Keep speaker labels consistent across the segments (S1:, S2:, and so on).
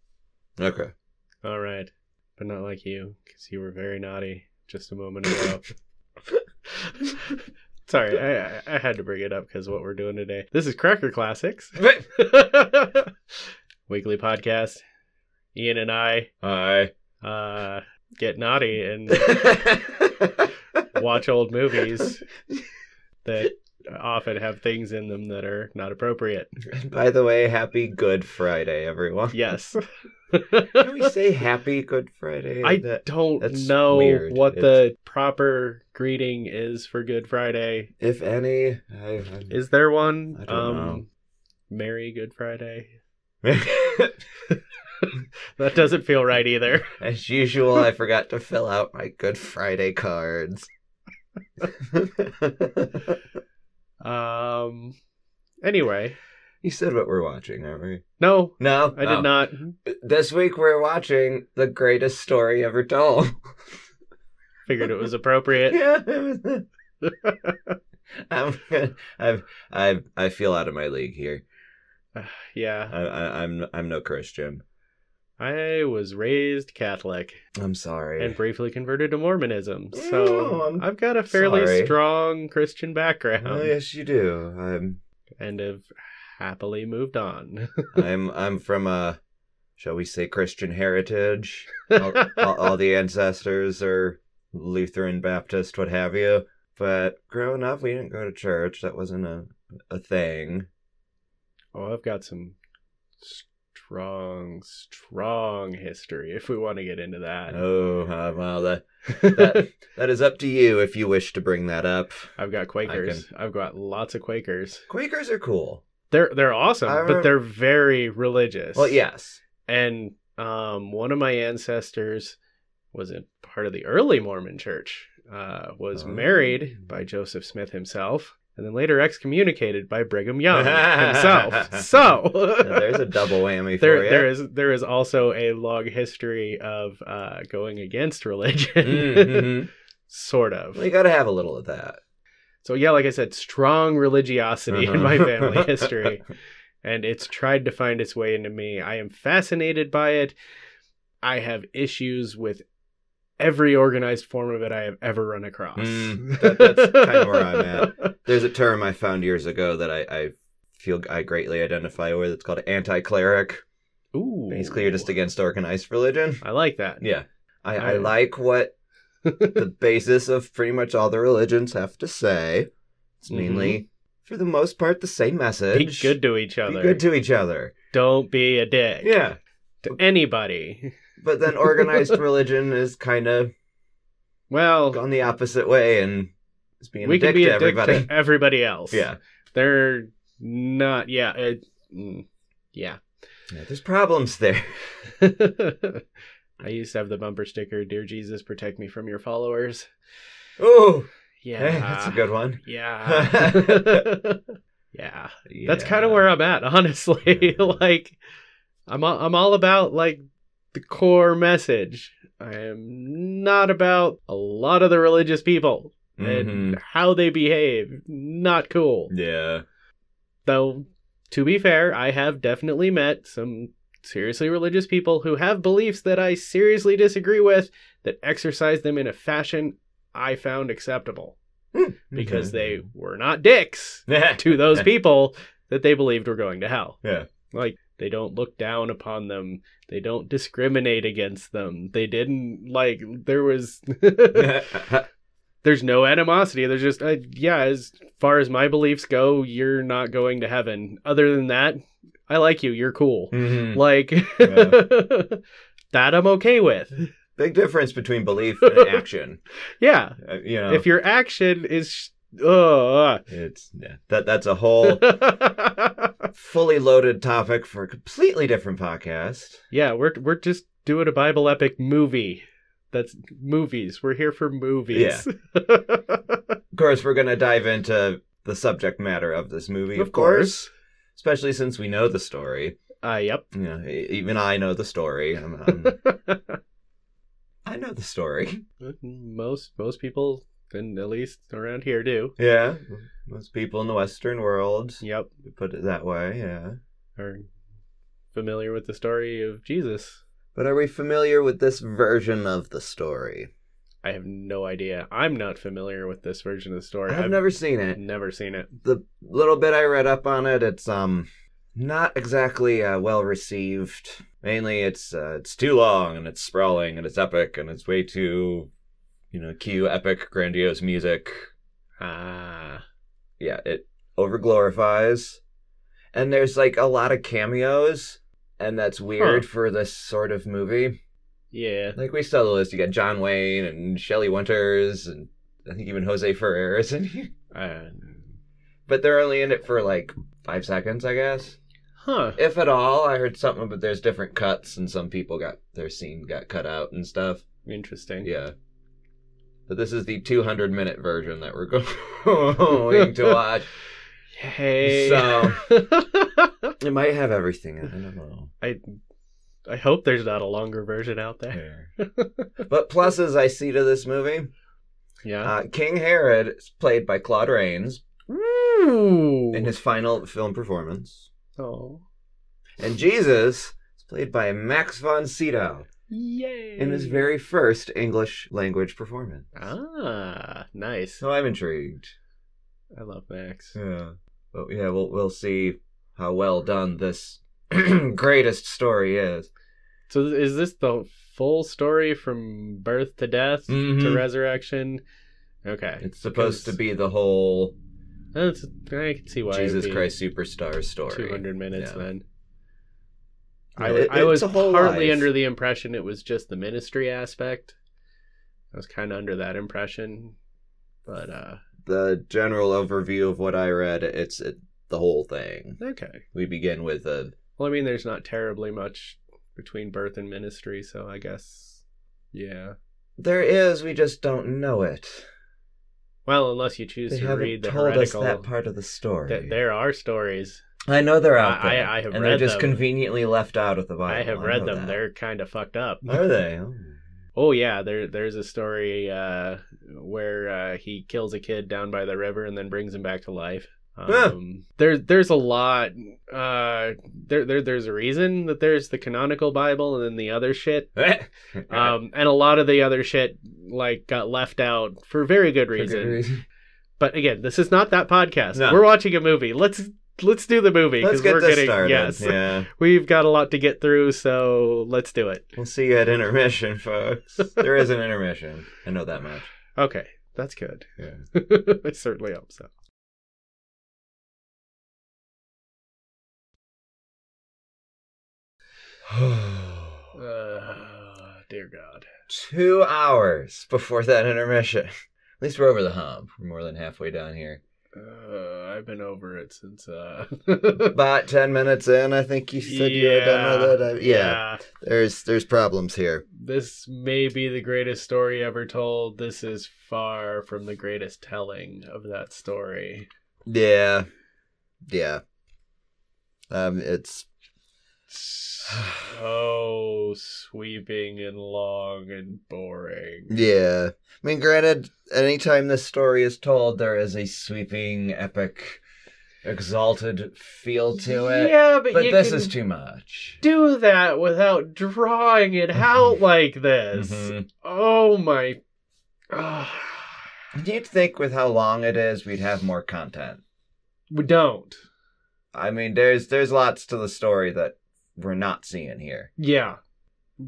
S1: Okay.
S2: All right, but not like you, because you were very naughty just a moment ago. Sorry, I, I- I had to bring it up because what we're doing today. This is Cracker Classics, weekly podcast. Ian and I
S1: Hi.
S2: uh, get naughty and watch old movies that often have things in them that are not appropriate.
S1: By the way, happy Good Friday, everyone.
S2: Yes.
S1: Can we say happy Good Friday?
S2: I
S1: That-
S2: don't
S1: that's
S2: know
S1: weird.
S2: what
S1: It's-
S2: the proper greeting is for Good Friday.
S1: if any, I,
S2: Is there one?
S1: I
S2: um,
S1: don't know.
S2: Merry Good Friday.
S1: I'm-
S2: That doesn't feel right either.
S1: as usual, I forgot to fill out my Good Friday cards.
S2: Um. Anyway,
S1: you said what we're watching, aren't we?
S2: no,
S1: No,
S2: I
S1: Oh.
S2: did not.
S1: This week we're watching the greatest story ever told.
S2: Figured it was appropriate.
S1: yeah. it was- I'm, gonna- I've, I've, I feel out of my league here.
S2: yeah,
S1: I, I, I'm, I'm no Christian.
S2: I was raised Catholic
S1: I'm sorry.
S2: and briefly converted to Mormonism, so
S1: Oh, I'm
S2: I've got a fairly
S1: sorry.
S2: strong Christian background
S1: oh, yes, you do. I'm,
S2: and have happily moved on.
S1: I'm, I'm from a, shall we say, Christian heritage. all, all, all the ancestors are Lutheran, Baptist, what have you. But growing up, we didn't go to church. That wasn't a, a thing.
S2: Oh, I've got some strong, strong history if we want to get into that.
S1: Oh, uh, well, that, that, that is up to you if you wish to bring that up.
S2: I've got Quakers. I've got lots of Quakers.
S1: Quakers are cool.
S2: They're they're awesome,
S1: I
S2: but
S1: remember-
S2: they're very religious.
S1: Well, yes.
S2: And um, one of my ancestors was a part of the early Mormon Church. Uh, was
S1: Oh.
S2: married by Joseph Smith himself, and then later excommunicated by Brigham Young himself. So
S1: Now, there's a double whammy
S2: there
S1: for you.
S2: there is there is also a long history of uh, going against religion,
S1: Mhm.
S2: sort of.
S1: We got to have a little of that.
S2: so yeah, like I said, strong religiosity in
S1: Uh-huh.
S2: my family history, and it's tried to find its way into me. I am fascinated by it. I have issues with every organized form of it I have ever run across.
S1: Mm, that- that's kinda where I'm at. There's a term I found years ago that I, I feel I greatly identify with. It's called anti-cleric.
S2: Ooh,
S1: Basically, you're just against organized religion.
S2: I like that.
S1: Yeah, I, I
S2: Alright.
S1: like what the basis of pretty much all the religions have to say. It's mainly, for the most part, the same message.
S2: Mm-hmm. Be good to each
S1: Be
S2: other.
S1: good to each other.
S2: Don't be a dick.
S1: Yeah.
S2: to anybody.
S1: But then organized religion is kind of
S2: Well,
S1: gone the opposite way and is being
S2: we
S1: a dick
S2: can be
S1: to
S2: a dick
S1: everybody.
S2: to everybody else.
S1: yeah.
S2: they're not. Yeah, it, mm, yeah.
S1: yeah. There's problems there.
S2: I used to have the bumper sticker, "Dear Jesus, protect me from your followers."
S1: Ooh.
S2: Yeah,
S1: Hey, that's a good one.
S2: Yeah, yeah. That's kind of
S1: Yeah.
S2: where I'm at, honestly.
S1: Yeah.
S2: like, I'm all, I'm all about like the core message. I am not about a lot of the religious people
S1: Mhm.
S2: and how they behave. Not cool.
S1: Yeah.
S2: Though, to be fair, I have definitely met some seriously religious people who have beliefs that I seriously disagree with that exercise them in a fashion I found acceptable because
S1: Mm-hmm.
S2: they were not dicks
S1: they
S2: to those people that they believed were going to hell.
S1: Yeah.
S2: Like they don't look down upon them. They don't discriminate against them. They didn't like there was
S1: Mm-hmm.
S2: there's no animosity. There's just uh, yeah, as far as my beliefs go, you're not going to heaven. Other than that, I like you. You're cool.
S1: Mhm.
S2: Like that I'm okay with.
S1: Big difference between belief and action.
S2: Yeah.
S1: Uh, you know,
S2: If your action is sh- ugh.
S1: it's yeah. that that's a whole fully loaded topic for a completely different podcast.
S2: Yeah, we're we're just doing a Bible epic movie. That's movies. We're here for movies.
S1: Of course, we're going to dive into the subject matter of this movie,
S2: Of
S1: of, course. especially since we know the story.
S2: Uh, yep.
S1: You know, e- even I know the story. I'm, I'm, I know the story.
S2: Most most people, and at least around here, do.
S1: Yeah, most people in the Western world
S2: Yep,
S1: put it that way. Yeah,
S2: are familiar with the story of Jesus.
S1: But are we familiar with this version of the story?
S2: I have no idea. I'm not familiar with this version of the story.
S1: I've never seen it.
S2: never seen it.
S1: The little bit I read up on it, it's um not exactly uh, well received. Mainly, it's uh, it's too long and it's sprawling and it's epic and it's way too, you know, cue epic grandiose music.
S2: Ah,
S1: Yeah, it overglorifies, and there's like a lot of cameos, and that's weird for this sort of movie.
S2: yeah.
S1: Like we saw the list. You got John Wayne and Shelley Winters, and I think even Jose Ferrer is in here.
S2: Uh,
S1: But they're only in it for like five seconds, I guess,
S2: huh.
S1: if at all. I heard something, but there's different cuts, and some people got their scene got cut out and stuff.
S2: Interesting.
S1: Yeah. But this is the 200 minute version that we're going to watch.
S2: Hey.
S1: So- It might have everything. in it, I don't know.
S2: I I hope there's not a longer version out there.
S1: but pluses I see to this movie:
S2: Yeah.
S1: uh, King Herod is played by Claude Rains
S2: Ooh.
S1: in his final film performance.
S2: oh.
S1: And Jesus is played by Max von Sydow
S2: Yay.
S1: in his very first English language performance.
S2: Ah, nice.
S1: So I'm intrigued.
S2: I love Max.
S1: Yeah. But yeah, we'll we'll see how well done this greatest story is.
S2: So th- is this the full story from birth to death to
S1: Mhm.
S2: resurrection? Okay.
S1: It's supposed to be the whole
S2: That's I can see why it'd
S1: Jesus
S2: be
S1: Christ superstar story.
S2: 200 minutes
S1: Yeah.
S2: then.
S1: Yeah,
S2: I, wa-
S1: it-
S2: I was
S1: it's a whole
S2: partly
S1: life.
S2: under the impression it was just the ministry aspect. I was kind of under that impression, but uh
S1: the general overview of what I read. It's it, the whole thing.
S2: okay.
S1: We begin with a
S2: Well, I mean, there's not terribly much between birth and ministry, so I guess yeah.
S1: there is, we just don't know it.
S2: Well, unless you choose
S1: They
S2: to
S1: haven't
S2: read the
S1: told us
S2: heretical,
S1: that part of the story.
S2: th- there are stories.
S1: I know they're out
S2: I-
S1: there.
S2: I- I have
S1: and
S2: read
S1: they're just
S2: them.
S1: conveniently left out of the Bible.
S2: I have
S1: know
S2: read them.
S1: that.
S2: They're kind of fucked up.
S1: are they? Oh.
S2: Oh yeah, there there's a story uh, where uh, he kills a kid down by the river and then brings him back to life.
S1: Huh.
S2: Um, there there's a lot. Uh, there, there there's a reason that there's the canonical Bible and then the other shit.
S1: Oh.
S2: Um, and a lot of the other shit like got left out for very good
S1: For good
S2: reason. But again, this is not that podcast.
S1: No.
S2: We're watching a movie. Let's let's do the movie
S1: Let's
S2: because
S1: get
S2: we're
S1: this
S2: getting
S1: started.
S2: yes,
S1: Yeah.
S2: we've got a lot to get through. So let's do it.
S1: We'll see you at intermission, folks. there is an intermission. I know that much.
S2: Okay, that's good.
S1: Yeah.
S2: I certainly hope so. Uh, dear God.
S1: Two hours before that intermission. At least we're over the hump. We're more than halfway down here.
S2: Uh, I've been over it since. Uh...
S1: About ten minutes in, I think you said you were done with it. I- yeah. There's there's problems here.
S2: This may be the greatest story ever told. This is far from the greatest telling of that story.
S1: Yeah. Yeah. Um it's
S2: So sweeping and long and boring.
S1: Yeah. I mean, granted, anytime this story is told, there is a sweeping, epic, exalted feel to it.
S2: Yeah, but,
S1: but
S2: you
S1: this
S2: can
S1: is too much.
S2: do that without drawing it out like this.
S1: Mhm.
S2: Oh my. Ah.
S1: You'd think with how long it is, we'd have more content.
S2: we don't.
S1: I mean, there's there's lots to the story that we're not seeing here.
S2: Yeah.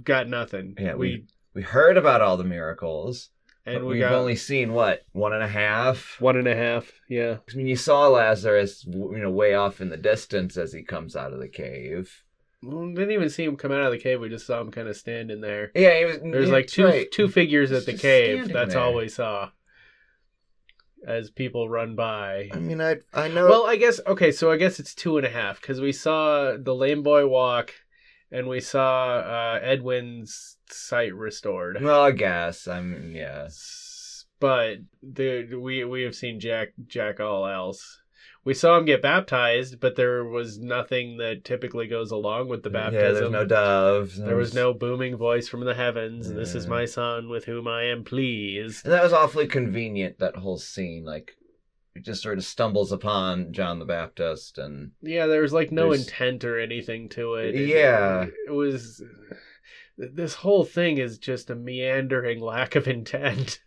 S2: Got nothing.
S1: Yeah,
S2: we,
S1: we- We heard about all the miracles,
S2: and
S1: but
S2: we
S1: we've
S2: got
S1: only seen what one and a half.
S2: one and a half. Yeah.
S1: I mean, you saw Lazarus, w- you know, way off in the distance as he comes out of the cave.
S2: Well, we didn't even see him come out of the cave. We just saw him kind of standing there.
S1: Yeah, he was.
S2: There's
S1: yeah,
S2: like
S1: that's
S2: two
S1: right.
S2: two figures
S1: He's
S2: at the
S1: just
S2: cave.
S1: standing
S2: That's
S1: there.
S2: all we saw. As people run by.
S1: I mean, I I know.
S2: Well, I guess okay. So I guess it's two and a half because we saw the lame boy walk, and we saw uh, Edwin's sight restored.
S1: Well, I guess I'm yeah.
S2: S- but the we we have seen Jack Jack all else. We saw him get baptized, but there was nothing that typically goes along with the baptism.
S1: Yeah, there's no doves.
S2: There was no booming voice from the heavens. This is
S1: Yeah.
S2: my son with whom I am pleased.
S1: And that was awfully convenient. That whole scene, like, it just sort of stumbles upon John the Baptist, and
S2: Yeah, there was like no
S1: There's-
S2: intent or anything to it. It-
S1: Yeah.
S2: It, was th- this whole thing is just a meandering lack of intent.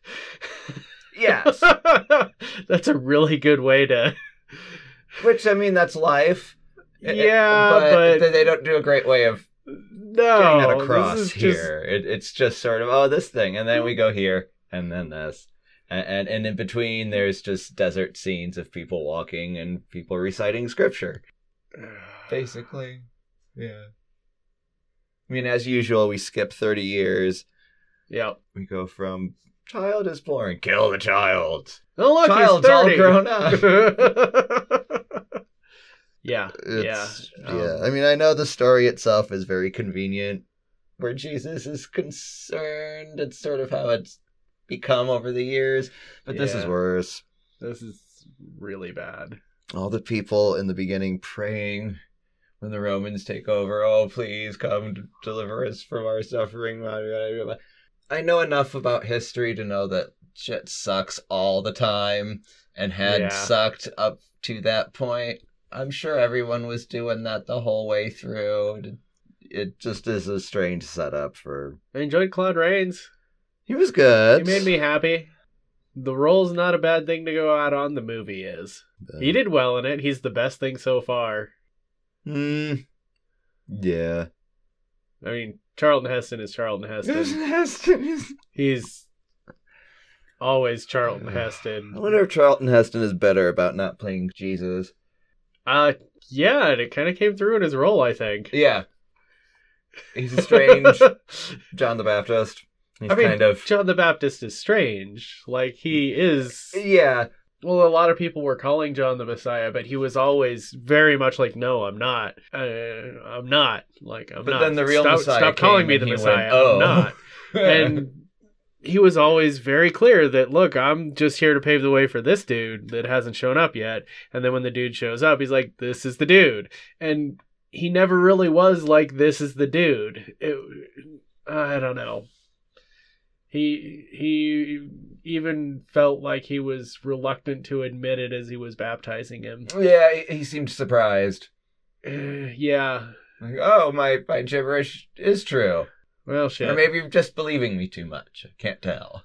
S1: Yes.
S2: That's a really good way to.
S1: Which I mean, that's life. It- it-
S2: Yeah, but,
S1: th- they don't do a great way of
S2: no,
S1: getting that
S2: this
S1: across
S2: is just-
S1: here. It, it's just sort of oh this thing, and then we go here, and then this, and, and and in between there's just desert scenes of people walking and people reciting scripture. basically. Yeah. I mean, as usual, we skip 30 years.
S2: Yep.
S1: We go from child is born, kill the child.
S2: Oh look,
S1: Child's
S2: he's
S1: all
S2: 30.
S1: grown up.
S2: yeah,
S1: It's-
S2: um,
S1: yeah. I mean, I know the story itself is very convenient where Jesus is concerned. It's sort of how it's become over the years, but this is
S2: Yeah.
S1: worse.
S2: this is really bad.
S1: All the people in the beginning praying when the Romans take over, oh, please come to deliver us from our suffering. blah, blah, blah, blah. I know enough about history to know that shit sucks all the time and had
S2: Yeah.
S1: sucked up to that point. I'm sure everyone was doing that the whole way through. It just is a strange setup for.
S2: I enjoyed Claude Rains.
S1: He was good.
S2: He made me happy. The role's not a bad thing to go out on. The movie is.
S1: But-
S2: He did well in it. He's the best thing so far.
S1: Hmm. yeah.
S2: I mean, Charlton Heston is Charlton Heston. He's always Charlton
S1: I
S2: Heston.
S1: wonder if Charlton Heston is better about not playing Jesus.
S2: Uh, yeah, and it kind of came through in his role, I think.
S1: Yeah. He's a strange John the Baptist. He's
S2: I mean,
S1: kind of
S2: John the Baptist is strange. Like he is.
S1: yeah,
S2: Well, a lot of people were calling John the Messiah, but he was always very much like, "No, I'm not. Uh, I'm not. Like I'm
S1: but
S2: not."
S1: then the real
S2: stop,
S1: Messiah
S2: stop calling
S1: came
S2: me
S1: and
S2: the
S1: he went,
S2: Messiah.
S1: oh.
S2: I'm not. And he was always very clear that, "Look, I'm just here to pave the way for this dude that hasn't shown up yet." And then when the dude shows up, he's like, "This is the dude," and he never really was like, "This is the dude." It, I don't know. He he even felt like he was reluctant to admit it as he was baptizing him.
S1: yeah, he, he seemed surprised.
S2: Uh, yeah.
S1: Like, oh, my my gibberish is true,
S2: Well, shit.
S1: or maybe you're just believing me too much. I can't tell.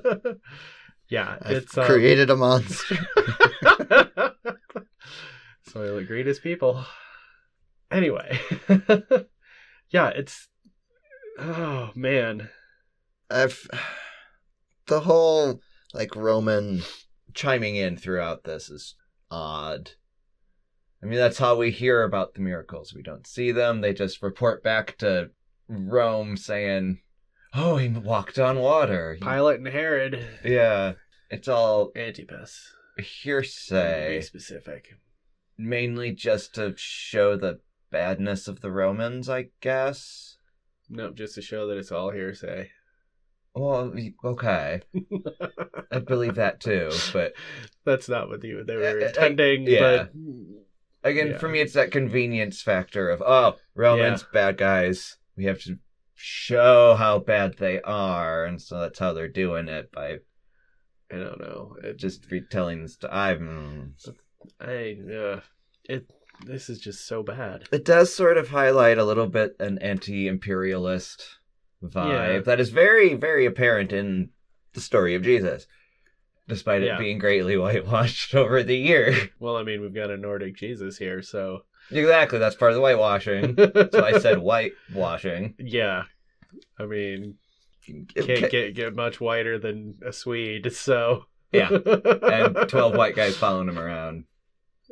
S2: yeah, it's um,
S1: a monster.
S2: so he'll agree to his people. Anyway, yeah, it's oh man,
S1: I've the whole like Roman chiming in throughout this is odd. I mean, that's how we hear about the miracles. We don't see them. They just report back to Rome saying, "Oh, he walked on water." He-
S2: Pilate and Herod,
S1: yeah, it's all
S2: Antipas. Be
S1: hearsay,
S2: specific.
S1: mainly just to show the badness of the Romans, I guess.
S2: Nope, just to show that it's all hearsay.
S1: Well, okay, I believe that too, but
S2: That's not what they, they were
S1: Uh, uh,
S2: intending,
S1: yeah.
S2: but
S1: Again,
S2: Yeah.
S1: for me, it's that convenience factor of oh, Romans bad guys. We have to show how bad they are, and so that's how they're doing it by
S2: I don't know. It just
S1: just retelling this. To, I, mm.
S2: I uh, it this is just so bad.
S1: it does sort of highlight a little bit an anti-imperialist vibe
S2: Yeah.
S1: that is very, very apparent in the story of Jesus, despite
S2: Yeah.
S1: it being greatly whitewashed over the year.
S2: Well, I mean, we've got a Nordic Jesus here, so
S1: exactly, that's part of the whitewashing. so I said whitewashing.
S2: yeah. I mean,
S1: It
S2: can't get get much whiter than a Swede, so
S1: Yeah. and 12 white guys following him around.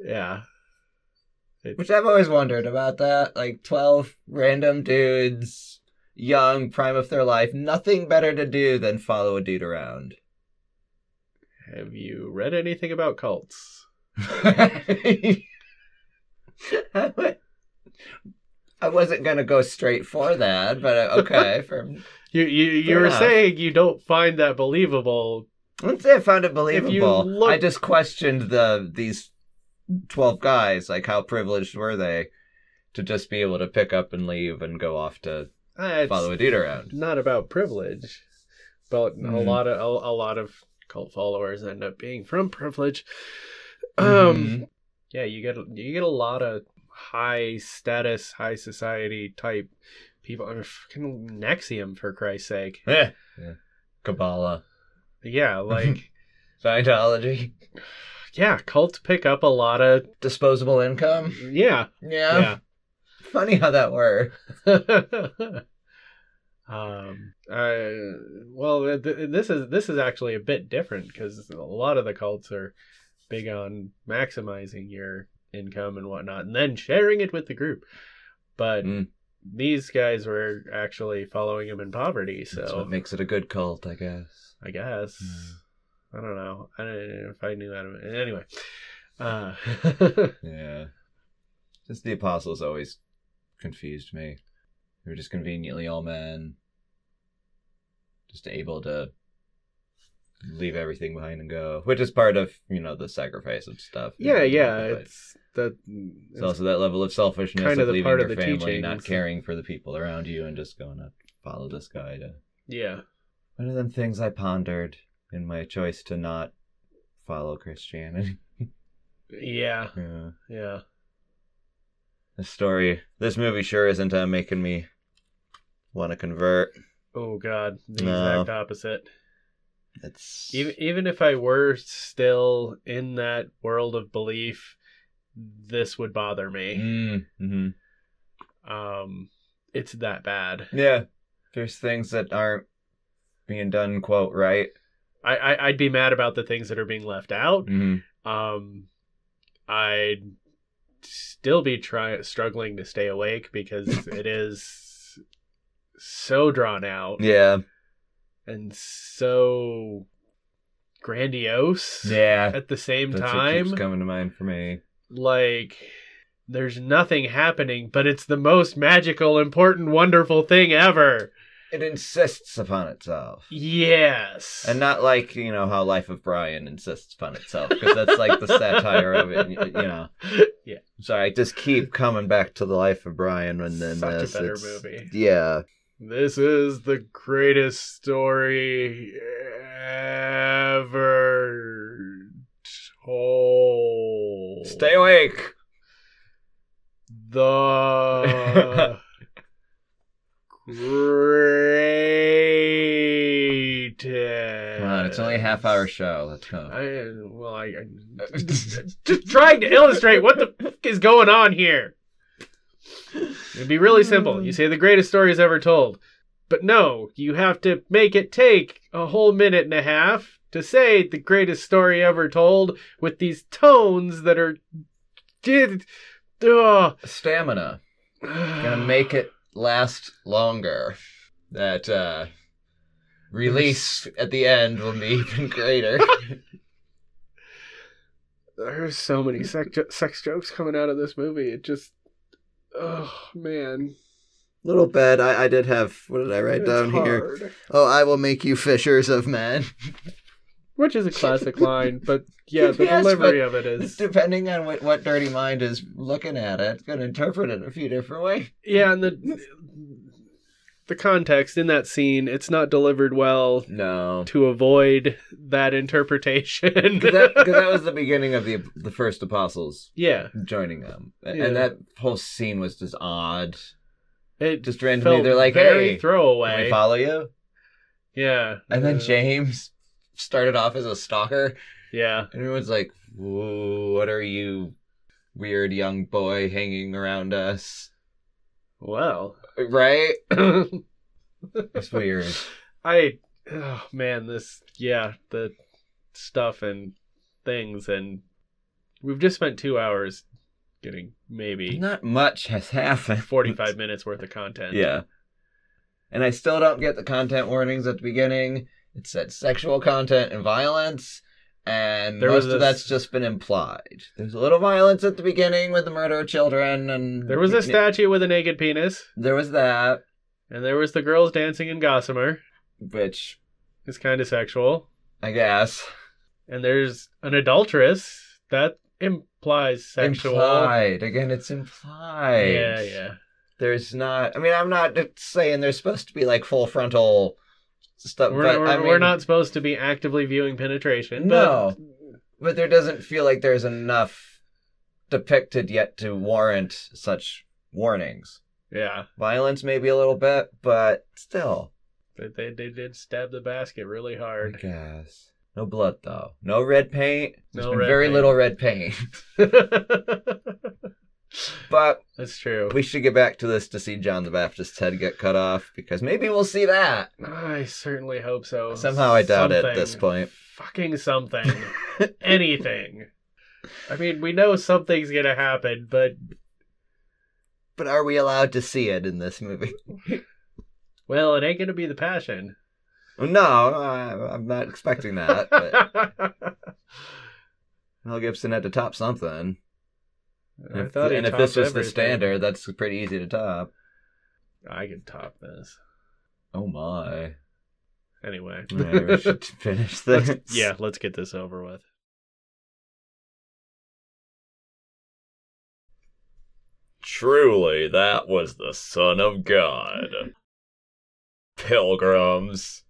S2: Yeah,
S1: Which I've always wondered about that. Like 12 random dudes, young, prime of their life, nothing better to do than follow a dude around.
S2: have you read anything about cults?
S1: I wa- I wasn't going to go straight for that, but uh, okay. For,
S2: You you you
S1: Fair
S2: were
S1: enough.
S2: saying you don't find that believable.
S1: let's say I found it
S2: you
S1: believable.
S2: look-
S1: I just questioned the these 12 guys. Like, how privileged were they to just be able to pick up and leave and go off to
S2: Uh, It's
S1: follow a dude around.
S2: not about privilege, but a
S1: Mhm.
S2: lot of a, a lot of cult followers end up being from privilege. Um.
S1: Mm-hmm.
S2: yeah you get you get a lot of high status high society type people. I mean, fucking Nexium for Christ's sake.
S1: Yeah. Kabbalah.
S2: Yeah, like
S1: Scientology.
S2: yeah, cults pick up a lot of
S1: Disposable income.
S2: yeah,
S1: Yeah.
S2: yeah.
S1: Funny how that works.
S2: um, uh, well, th- th- this is this is actually a bit different because a lot of the cults are big on maximizing your income and whatnot, and then sharing it with the group. But
S1: Mm.
S2: these guys were actually following him in poverty,
S1: That's
S2: so
S1: what makes it a good cult, I guess.
S2: I guess I don't know. I don't know if I knew that anyway. Uh,
S1: Yeah. Since the apostles always confused me. They were just conveniently all men. Just able to leave everything behind and go. Which is part of, you know, the sacrifice and stuff.
S2: yeah, yeah,
S1: But
S2: it's that.
S1: it's also that level of selfishness
S2: kind
S1: of,
S2: of the
S1: leaving
S2: part of
S1: your
S2: the
S1: family,
S2: teaching,
S1: not
S2: it's-
S1: caring for the people around you and just going to follow this guy to
S2: yeah.
S1: one of them things I pondered in my choice to not follow Christianity.
S2: Yeah,
S1: Yeah.
S2: yeah.
S1: This story, this movie sure isn't uh, making me want to convert.
S2: Oh God, the
S1: No.
S2: exact opposite.
S1: It's
S2: Even even if I were still in that world of belief, this would bother me.
S1: Mm, mhm. Mm.
S2: Um, it's that bad.
S1: yeah. There's things that aren't being done quote right.
S2: I, I I'd be mad about the things that are being left out.
S1: Mm-hmm.
S2: Um, I'd still be try struggling to stay awake because it is so drawn out
S1: Yeah,
S2: and so grandiose
S1: yeah.
S2: at the same
S1: That's what
S2: time.
S1: keeps coming to mind for me.
S2: like there's nothing happening, but it's the most magical, important, wonderful thing ever.
S1: It insists upon itself,
S2: Yes.
S1: and not like you know how Life of Brian insists upon itself because that's like the satire of it. You know,
S2: Yeah.
S1: Sorry, I just keep coming back to the Life of Brian, and then
S2: Such a
S1: this,
S2: better
S1: it's-
S2: movie.
S1: Yeah,
S2: This is the greatest story ever told.
S1: stay awake.
S2: The greatest.
S1: Come on, it's only a half hour show. Let's go.
S2: I well, I, I just trying to illustrate what the fuck is going on here. It'd be really simple. You say the greatest story is ever told, but no, you have to make it take a whole minute and a half to say the greatest story ever told with these tones that are did. Ugh.
S1: Stamina. Gonna make it last longer. That uh release at the end will be even greater.
S2: There's so many sex, jo- sex jokes coming out of this movie. It just, oh man,
S1: Little bit. I, I did have what did I write
S2: It's
S1: down here?
S2: hard.
S1: Oh, I will make you fishers of men.
S2: which is a classic line, but yeah, the
S1: Yes,
S2: delivery of it is
S1: Depending on what, what dirty mind is looking at it, it's gonna interpret it a few different ways.
S2: yeah, and the the context in that scene, it's not delivered well
S1: No.
S2: to avoid that interpretation.
S1: Cause that, 'cause that was the beginning of the the first apostles
S2: yeah,
S1: joining them, and
S2: Yeah.
S1: that whole scene was just odd.
S2: it
S1: Just
S2: felt
S1: randomly, they're like,
S2: very
S1: "Hey, Can we
S2: throwaway."
S1: follow you?
S2: Yeah,
S1: And then
S2: Uh,
S1: James started off as a stalker,
S2: yeah,
S1: and everyone's like, Whoa, what are you, weird young boy hanging around us?
S2: well,
S1: Right? It's weird.
S2: I oh man, this yeah, the stuff and things and we've just spent two hours getting maybe
S1: Not much has happened.
S2: forty five minutes worth of content.
S1: Yeah. And I still don't get the content warnings at the beginning. It said sexual content and violence, and
S2: There
S1: most
S2: was
S1: of
S2: this-
S1: that's just been implied. There's a little violence at the beginning with the murder of children, and
S2: There was a statue with a naked penis,
S1: There was that,
S2: and there was the girls dancing in gossamer.
S1: which
S2: It's kind of sexual.
S1: I guess.
S2: And there's an adulteress. That implies sexual.
S1: Implied. Again, it's implied.
S2: Yeah, yeah.
S1: There's not. I mean, I'm not saying there's supposed to be like full frontal stuff,
S2: We're,
S1: but
S2: we're,
S1: I mean,
S2: we're not supposed to be actively viewing penetration.
S1: No.
S2: But
S1: But there doesn't feel like there's enough depicted yet to warrant such warnings.
S2: Yeah,
S1: Violence, maybe a little bit, but still.
S2: but they they did stab the basket really
S1: I
S2: hard.
S1: guess. No blood, though. No red paint. There's
S2: No
S1: been
S2: red
S1: very
S2: paint.
S1: little red paint. But
S2: That's true.
S1: we should get back to this to see John the Baptist's head get cut off because maybe we'll see that.
S2: I certainly hope so.
S1: Somehow I doubt it at this
S2: Something.
S1: point.
S2: Fucking something. Anything. I mean, we know something's gonna happen, but
S1: But are we allowed to see it in this movie?
S2: well, it ain't gonna be the passion.
S1: No, I, I'm not expecting that. But Mel Gibson had to top something.
S2: I
S1: If-
S2: thought he
S1: and if
S2: topped
S1: this was the
S2: everything.
S1: standard, that's pretty easy to top.
S2: I can top this.
S1: Oh my.
S2: Anyway.
S1: Alright, we should finish this.
S2: Let's- yeah, let's get this over with.
S1: Truly, that was the Son of God. Pilgrims.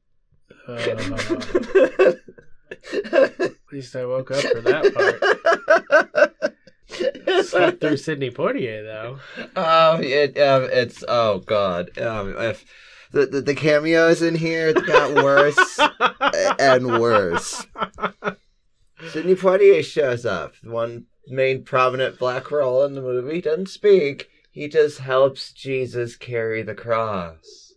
S2: Uh, at least I woke up for that part. Slept through Sydney Portier though.
S1: Um, it, um, it's oh god. Um, if the, the the cameos in here got worse and worse. Sidney Poitier shows up. One main prominent black role in the movie doesn't speak. He just helps Jesus carry the cross.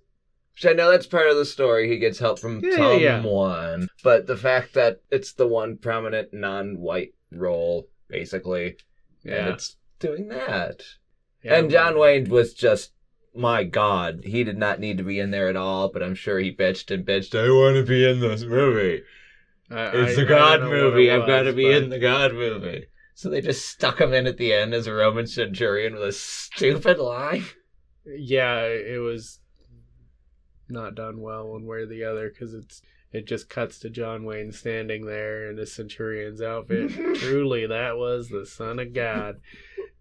S1: Which I know that's part of the story. He gets help from
S2: Yeah, yeah,
S1: someone,
S2: yeah.
S1: but the fact that it's the one prominent non-white role, basically, and
S2: Yeah.
S1: it's doing that.
S2: Yeah,
S1: And John Wayne was just, my God, he did not need to be in there at all, but I'm sure he bitched and bitched, I want to be in this movie.
S2: I-
S1: It's
S2: I-
S1: the
S2: I don't
S1: God
S2: know what
S1: movie.
S2: it
S1: I've got to
S2: was,
S1: be
S2: but-
S1: in the God movie. So they just stuck him in at the end as a Roman centurion with a stupid line.
S2: yeah it was not done well one way or the other because it's it just cuts to john wayne standing there in his centurion's outfit truly that was the son of god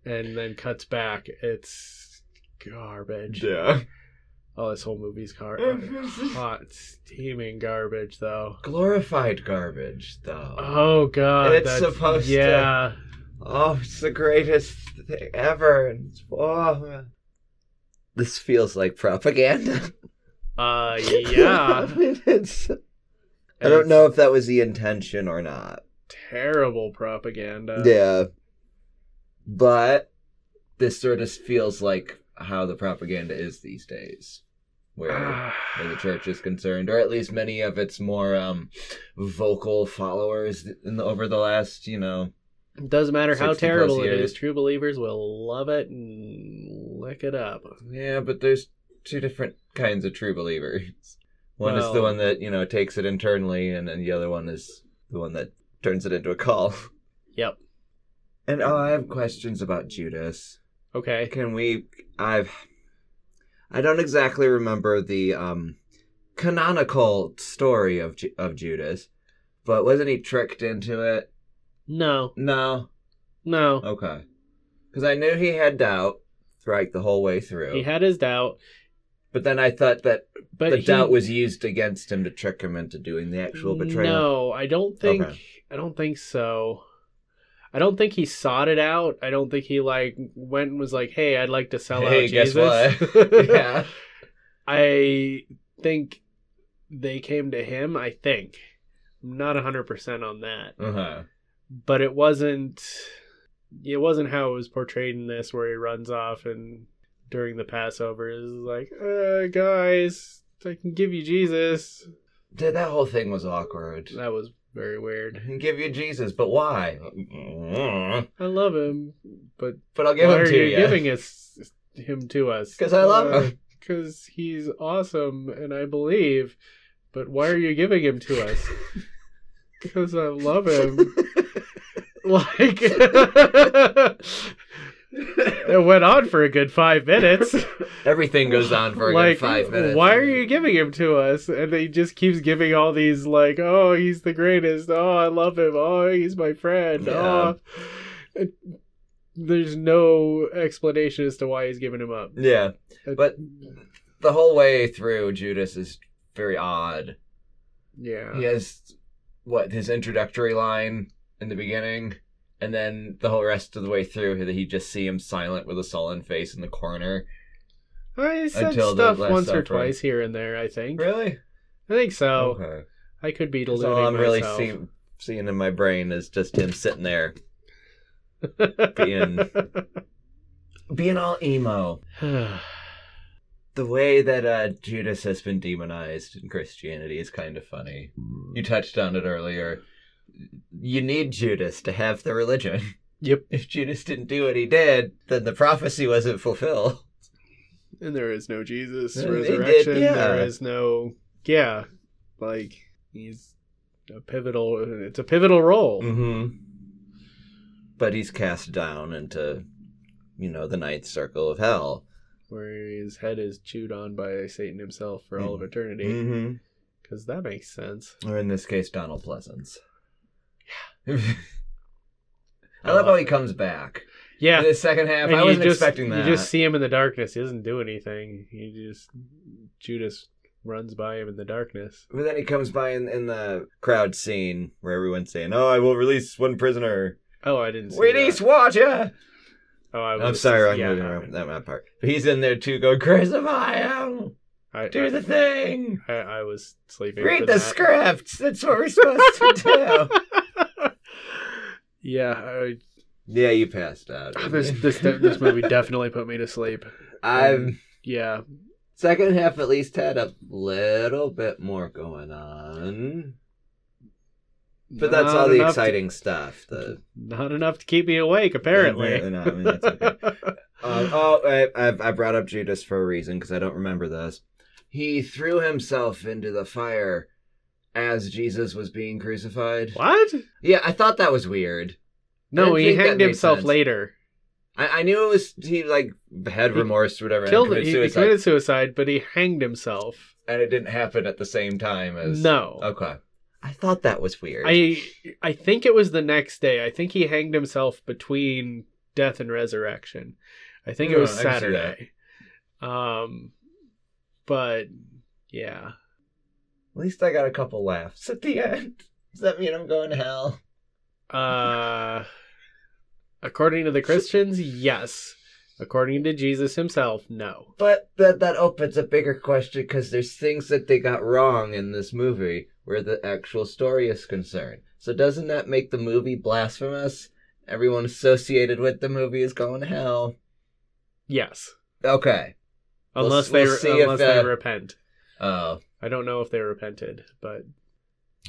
S2: and then cuts back it's garbage
S1: Yeah.
S2: oh this whole movie's garbage
S1: Mm-hmm.
S2: hot steaming garbage though
S1: Glorified garbage, though.
S2: oh god
S1: It's
S2: that's-
S1: supposed to-
S2: yeah
S1: Oh, it's the greatest thing ever. And it's- Oh, man. This feels like propaganda.
S2: uh yeah
S1: It's- I don't
S2: It's
S1: know if that was the intention or not.
S2: terrible propaganda
S1: yeah. But this sort of feels like how the propaganda is these days, where, where the church is concerned, or at least many of its more um, vocal followers in the, over the last, you know.
S2: It doesn't matter
S1: 60
S2: how
S1: plus
S2: terrible it
S1: years.
S2: is. True believers will love it and lick it up.
S1: Yeah, but there's two different kinds of true believers. One is the
S2: Well-
S1: one that, you know, takes it internally, and then the other one is the one that turns it into a call.
S2: Yep.
S1: And oh, I have questions about Judas.
S2: Okay.
S1: Can we? I've. I don't exactly remember the um, canonical story of Ju- of Judas, but wasn't he tricked into it?
S2: No.
S1: No.
S2: No.
S1: Okay. Because I knew he had doubt right the whole way through.
S2: He had his doubt,
S1: but then I thought that
S2: but
S1: the
S2: he,
S1: doubt was used against him to trick him into doing the actual betrayal.
S2: No, I don't think.
S1: Okay.
S2: I don't think so. I don't think he sought it out. I don't think he like went and was like, "Hey, I'd like to sell
S1: Hey,
S2: out
S1: guess
S2: Jesus."
S1: what? yeah.
S2: I think they came to him. I think. I'm not 100% on that.
S1: Uh-huh.
S2: but it wasn't it wasn't how it was portrayed in this where he runs off and during the passover is like uh guys i can give you jesus
S1: Dude, that whole thing was awkward.
S2: that was very weird
S1: Give you Jesus, but why? Mm.
S2: i love him but
S1: But I'll give
S2: why
S1: him
S2: are
S1: to
S2: you
S1: you.
S2: giving us him to us
S1: Because I love him.
S2: because he's awesome and i believe but why are you giving him to us because i love him like it went on for a good five minutes
S1: Everything goes on for a good
S2: like,
S1: five minutes.
S2: Why are you giving him to us? And he just keeps giving all these like, oh, he's the greatest. Oh, I love him. Oh, he's my friend.
S1: Yeah.
S2: Oh. And there's no explanation as to why he's giving him up. Uh,
S1: Yeah, but the whole way through, Judas is very odd.
S2: yeah,
S1: He has what his introductory line in the beginning, and then the whole rest of the way through, he just see him silent with a sullen face in the corner.
S2: I Uh, said
S1: Until the
S2: stuff
S1: Last
S2: once or
S1: Supper.
S2: twice here and there. I think.
S1: Really?
S2: I think so.
S1: Okay.
S2: I could be
S1: That's
S2: deluding
S1: all I'm really
S2: Oh. myself.
S1: see, seeing in my brain is just him sitting there being being all emo. The way that uh, Judas has been demonized in Christianity is kind of funny. You touched on it earlier. You need Judas to have the religion.
S2: Yep.
S1: If Judas didn't do what he did, then the prophecy wasn't fulfilled.
S2: and there is no Jesus
S1: They did,
S2: resurrection.
S1: yeah.
S2: There is no yeah, like he's a pivotal. It's a pivotal role.
S1: Mm-hmm. But he's cast down into, you know, the ninth circle of hell.
S2: where his head is chewed on by Satan himself for
S1: Mm.
S2: all of eternity.
S1: Mm-hmm.
S2: Because that makes sense.
S1: Or in this case, Donald Pleasance. I love how he comes back. In
S2: Yeah.
S1: the second half,
S2: and
S1: I
S2: you
S1: wasn't
S2: just-
S1: expecting that.
S2: You just see him in the darkness. He doesn't do anything. He just Judas runs by him in the darkness.
S1: But then he comes by in, in the crowd scene where everyone's saying, "Oh, I will release one prisoner."
S2: Oh, I didn't see
S1: Release
S2: that.
S1: what? Yeah.
S2: Oh, I was
S1: I'm sorry, I'm
S2: yeah,
S1: moving around that that part. But he's in there too, going, "Crucify him!
S2: I,
S1: Do the
S2: I,
S1: thing!
S2: I, I was sleeping. for
S1: Read the
S2: that.
S1: scripts! That's what we're supposed to do."
S2: Yeah, I,
S1: Yeah, you passed out.
S2: Ah, this this this movie definitely put me to sleep.
S1: I'm
S2: Yeah,
S1: second half at least had a little bit more going on, but that's
S2: Not
S1: all the
S2: enough to-
S1: exciting stuff. The
S2: not enough to keep me awake, apparently.
S1: No, I mean, that's okay. Um, oh, I, I, I brought up Judas for a reason because I don't remember this. He threw himself into the fire as Jesus was being crucified.
S2: What?
S1: Yeah, I thought that was weird.
S2: No,
S1: I
S2: he
S1: think that
S2: hanged
S1: made
S2: himself
S1: sense.
S2: later.
S1: I, I knew it was he like had
S2: He
S1: remorse or whatever
S2: Killed.
S1: and committed
S2: he, he
S1: suicide,
S2: committed suicide, but he hanged himself.
S1: and it didn't happen at the same time as
S2: No,
S1: Okay, I thought that was weird.
S2: I I think it was the next day. I think he hanged himself between death and resurrection. I think it
S1: Yeah,
S2: was
S1: I can see
S2: Saturday. Um, but yeah,
S1: At least I got a couple laughs at the end. Does that mean I'm going to hell?
S2: uh, according to the Christians, yes. According to Jesus himself, no.
S1: But that that opens a bigger question because there's things that they got wrong in this movie where the actual story is concerned. So doesn't that make the movie blasphemous? Everyone associated with the movie is going to hell.
S2: Yes,
S1: Okay. We'll-
S2: unless
S1: we'll
S2: they
S1: see if,
S2: unless they
S1: uh,
S2: repent.
S1: Oh,
S2: I don't know if they repented, but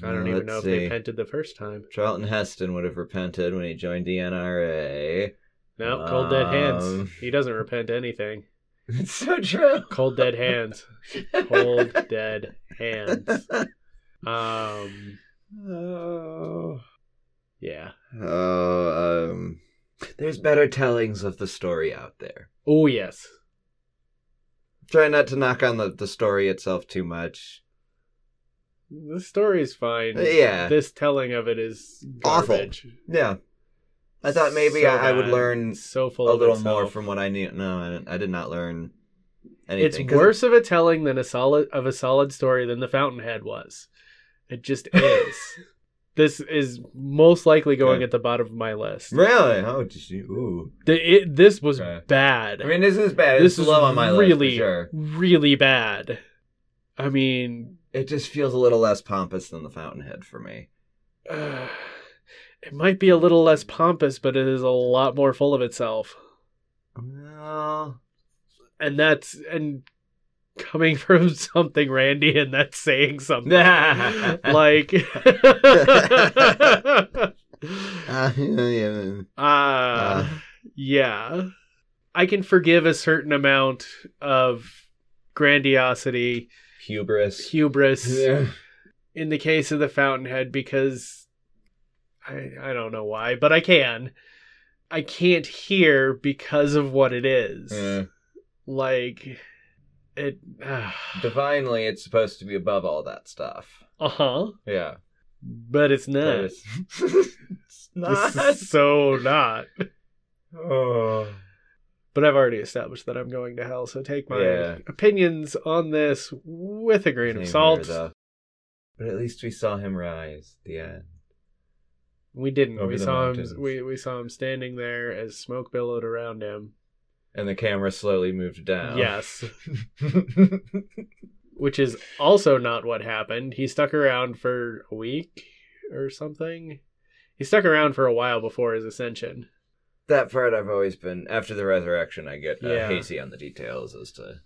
S2: I don't
S1: Uh,
S2: even
S1: let's
S2: know if
S1: see.
S2: they repented the first time.
S1: Charlton Heston would have repented when he joined the NRA.
S2: No, cold dead
S1: Um.
S2: hands. He doesn't repent anything.
S1: It's so true.
S2: Cold dead hands. Cold dead hands. Um,
S1: oh.
S2: yeah.
S1: Oh, um, there's better tellings of the story out there.
S2: Oh yes.
S1: Try not to knock on the, the story itself too much.
S2: The story's fine.
S1: Yeah.
S2: This telling of it is
S1: Awful.
S2: garbage.
S1: Yeah. I thought maybe
S2: So
S1: I, I would
S2: bad.
S1: learn
S2: so
S1: a
S2: full of
S1: little
S2: itself.
S1: more from what I knew. No, I, didn't- I did not learn
S2: It's
S1: anything. 'Cause
S2: worse of a telling than a solid of a solid story than the Fountainhead was. It just is. this is most likely going
S1: Okay.
S2: at the bottom of my list.
S1: Really? Oh, just, ooh.
S2: The, it, this was
S1: Okay.
S2: bad.
S1: I mean, this is bad.
S2: this
S1: This
S2: is
S1: it's low on my
S2: really,
S1: list for sure.
S2: really bad. I mean,
S1: It just feels a little less pompous than the Fountainhead for me.
S2: uh, it might be a little less pompous, but it is a lot more full of itself.
S1: Well,
S2: And that's and coming from something randy and that's saying something like
S1: uh, yeah.
S2: uh, yeah i can forgive a certain amount of grandiosity
S1: hubris.
S2: hubris
S1: Yeah.
S2: in the case of the Fountainhead because I I don't know why, but I can. I can't hear because of what it is.
S1: Yeah.
S2: Like it. Uh
S1: Divinely, it's supposed to be above all that stuff.
S2: huh.
S1: Yeah.
S2: But it's
S1: But
S2: not.
S1: it's- it's
S2: This is so not.
S1: Oh.
S2: But I've already established that I'm going to hell, so take my
S1: Yeah.
S2: opinions on this with a grain
S1: Same
S2: of
S1: here,
S2: salt.
S1: though. But at least we saw him rise at the end.
S2: we didn't.
S1: Over
S2: We
S1: the
S2: saw
S1: mountains.
S2: him. We, we saw him standing there as smoke billowed around him.
S1: and the camera slowly moved down.
S2: Yes. Which is also not what happened. He stuck around for a week or something. He stuck around for a while before his ascension.
S1: that part I've always been after the resurrection. I get uh,
S2: Yeah.
S1: hazy on the details as to.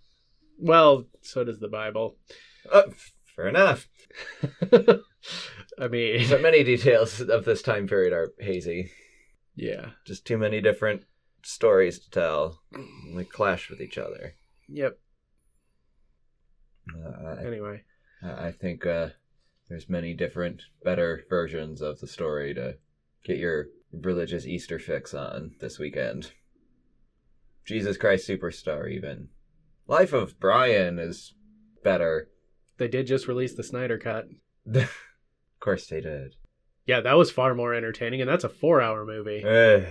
S2: Well, so does the Bible.
S1: Oh, fair enough.
S2: I mean,
S1: So many details of this time period are hazy.
S2: yeah.
S1: Just too many different stories to tell. and They clash with each other.
S2: Yep.
S1: Uh, I
S2: Anyway.
S1: I I think uh, there's many different, better versions of the story to get your religious Easter fix on this weekend. Jesus Christ Superstar, even. Life of Brian is better.
S2: They did just release the Snyder Cut.
S1: of course they did.
S2: Yeah, that was far more entertaining, and that's a four hour movie.
S1: Ugh.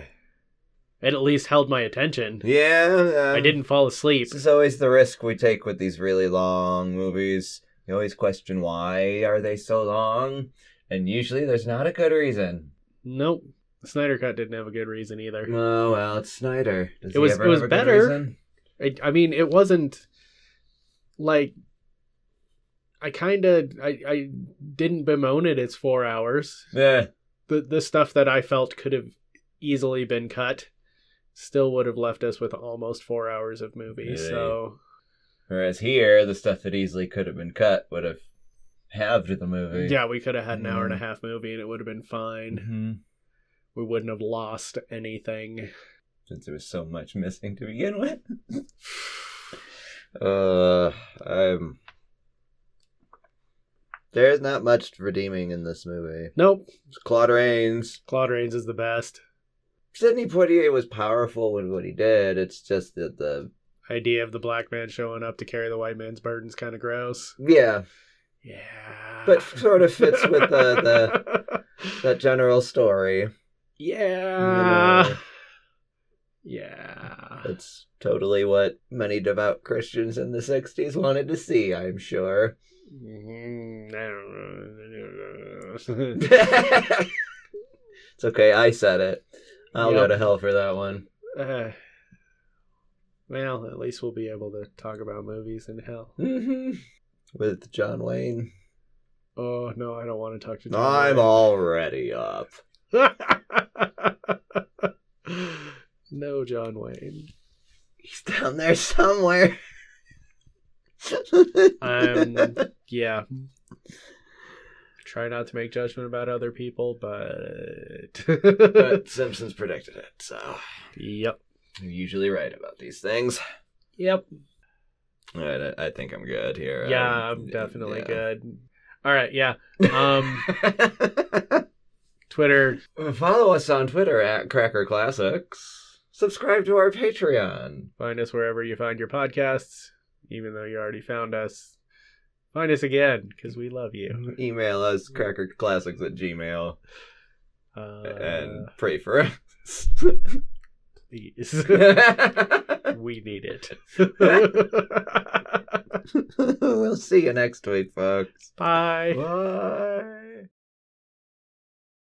S2: It at least held my attention.
S1: yeah.
S2: I
S1: um,
S2: didn't fall asleep.
S1: This is always the risk we take with these really long movies. You always question why are they so long, and usually there's not a good reason.
S2: Nope. The Snyder Cut didn't have a good reason either.
S1: Oh well, it's Snyder. Does
S2: It
S1: he
S2: was-
S1: ever
S2: it was
S1: have a good
S2: better.
S1: reason?
S2: I, I mean, it wasn't like I kind of I, I didn't bemoan it. It's four hours.
S1: Yeah.
S2: The the stuff that I felt could have easily been cut still would have left us with almost four hours of movie.
S1: Yeah.
S2: So
S1: Whereas here, the stuff that easily could have been cut would have halved the movie.
S2: yeah, we could have had an hour and a
S1: Mhm.
S2: half movie and it would have been fine.
S1: Mhm.
S2: We wouldn't have lost anything.
S1: Since there was so much missing to begin with. uh, I'm. There's not much redeeming in this movie.
S2: Nope.
S1: Claude Rains.
S2: Claude Rains is the best
S1: Sidney Poitier was powerful with what he did. It's just that the.
S2: idea of the black man showing up to carry the white man's burdens. Kind of gross.
S1: Yeah.
S2: Yeah.
S1: But sort of fits with the- That general story.
S2: Yeah.
S1: Yeah.
S2: Yeah.
S1: That's totally what many devout Christians in the 60s wanted to see, I'm sure.
S2: Mhm. I don't know.
S1: it's okay, I said it. I'll go
S2: Yep.
S1: to hell for that one.
S2: Uh, well, at least we'll be able to talk about movies in hell.
S1: hmm With John Wayne.
S2: Oh no, I don't want to talk to. John
S1: I'm
S2: Wayne.
S1: already up.
S2: no, John Wayne.
S1: He's down there somewhere.
S2: Um, yeah. Try not to make judgment about other people, but
S1: but Simpsons predicted it, so
S2: yep,
S1: you're usually right about these things.
S2: yep.
S1: All right, I, I think I'm good here. Um,
S2: Um, Yeah, I'm definitely good. All right, yeah. Um,
S1: good.
S2: Twitter,
S1: Follow us on Twitter at Cracker Classics. Subscribe to our Patreon.
S2: find us wherever you find your podcasts, even though you already found us. Find us again because we love you.
S1: Email us crackerclassics at gmail and
S2: Uh,
S1: pray for us.
S2: please, we need it.
S1: we'll see you next week, folks.
S2: Bye.
S1: Bye.